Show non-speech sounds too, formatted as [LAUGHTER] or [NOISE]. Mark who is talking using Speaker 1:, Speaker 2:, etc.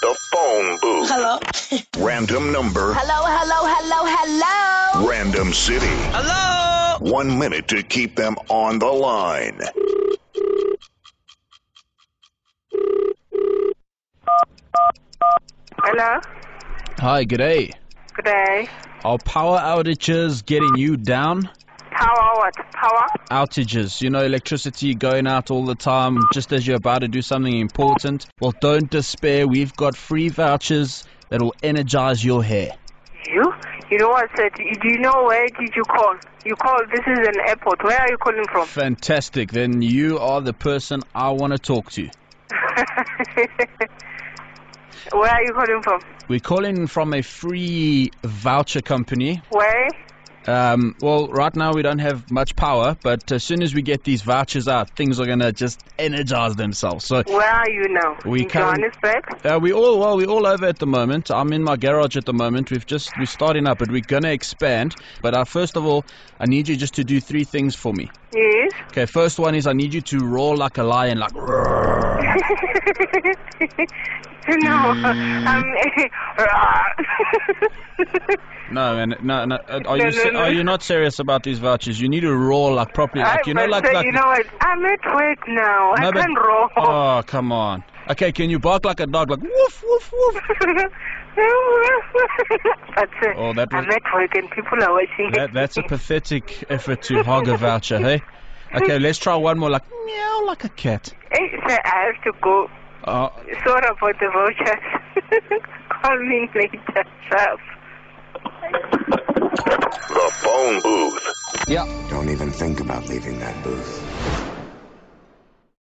Speaker 1: phone booth.
Speaker 2: Hello.
Speaker 1: Random number.
Speaker 2: Hello, hello, hello, hello.
Speaker 1: Random city.
Speaker 3: Hello?
Speaker 1: One minute to keep them on the line.
Speaker 4: Hello.
Speaker 5: Hi, good day.
Speaker 4: Good day.
Speaker 5: Are power outages getting you down?
Speaker 4: Power what? Power?
Speaker 5: Outages, you know, electricity going out all the time just as you're about to do something important. Well, don't despair. We've got free vouchers that will energize your hair.
Speaker 4: You? You know what, sir? Do you know where did you call? You called. This is an airport. Where are you calling from? [LAUGHS]
Speaker 5: Fantastic. Then you are the person I want to talk to.
Speaker 4: where are you calling from?
Speaker 5: We're calling from a free voucher company.
Speaker 4: Where?
Speaker 5: Um, well, right now we don't have much power, but as soon as we get these vouchers out, things are going to just energize themselves. So
Speaker 4: Where are you now?
Speaker 5: We
Speaker 4: In
Speaker 5: can't-
Speaker 4: Johannesburg.
Speaker 5: uh, we all well, we all over at the moment. I'm in my garage at the moment. We've just we're starting up, but we're going to expand. But uh, first of all, I need you just to do three things for me.
Speaker 4: Yes. [LAUGHS]
Speaker 5: Okay, first one is I need you to roar like a lion, like [LAUGHS]
Speaker 4: no. I'm.
Speaker 5: no, man, no, no. uh,
Speaker 4: No,
Speaker 5: Are you
Speaker 4: no,
Speaker 5: se-
Speaker 4: no.
Speaker 5: are you not serious about these vouchers? You need to roar like properly,
Speaker 4: [LAUGHS]
Speaker 5: Mm. like you know,
Speaker 4: But,
Speaker 5: like
Speaker 4: sir,
Speaker 5: like
Speaker 4: you know what? I'm at work now. I
Speaker 5: No, but-
Speaker 4: can't roll.
Speaker 5: Oh, come on. Okay, can you bark like a dog, like woof woof woof?
Speaker 4: [LAUGHS] but sir,
Speaker 5: Oh, that was-
Speaker 4: I'm at work and people are watching. [LAUGHS]
Speaker 5: That, that's a pathetic effort to hog a voucher, hey? Okay, let's try one more, like meow, like a cat.
Speaker 4: Hey, sir, I have to go.
Speaker 5: Uh,
Speaker 4: Sorry about the vouchers. [LAUGHS] Call me later, sir.
Speaker 1: The phone booth.
Speaker 6: Don't even think about leaving that booth.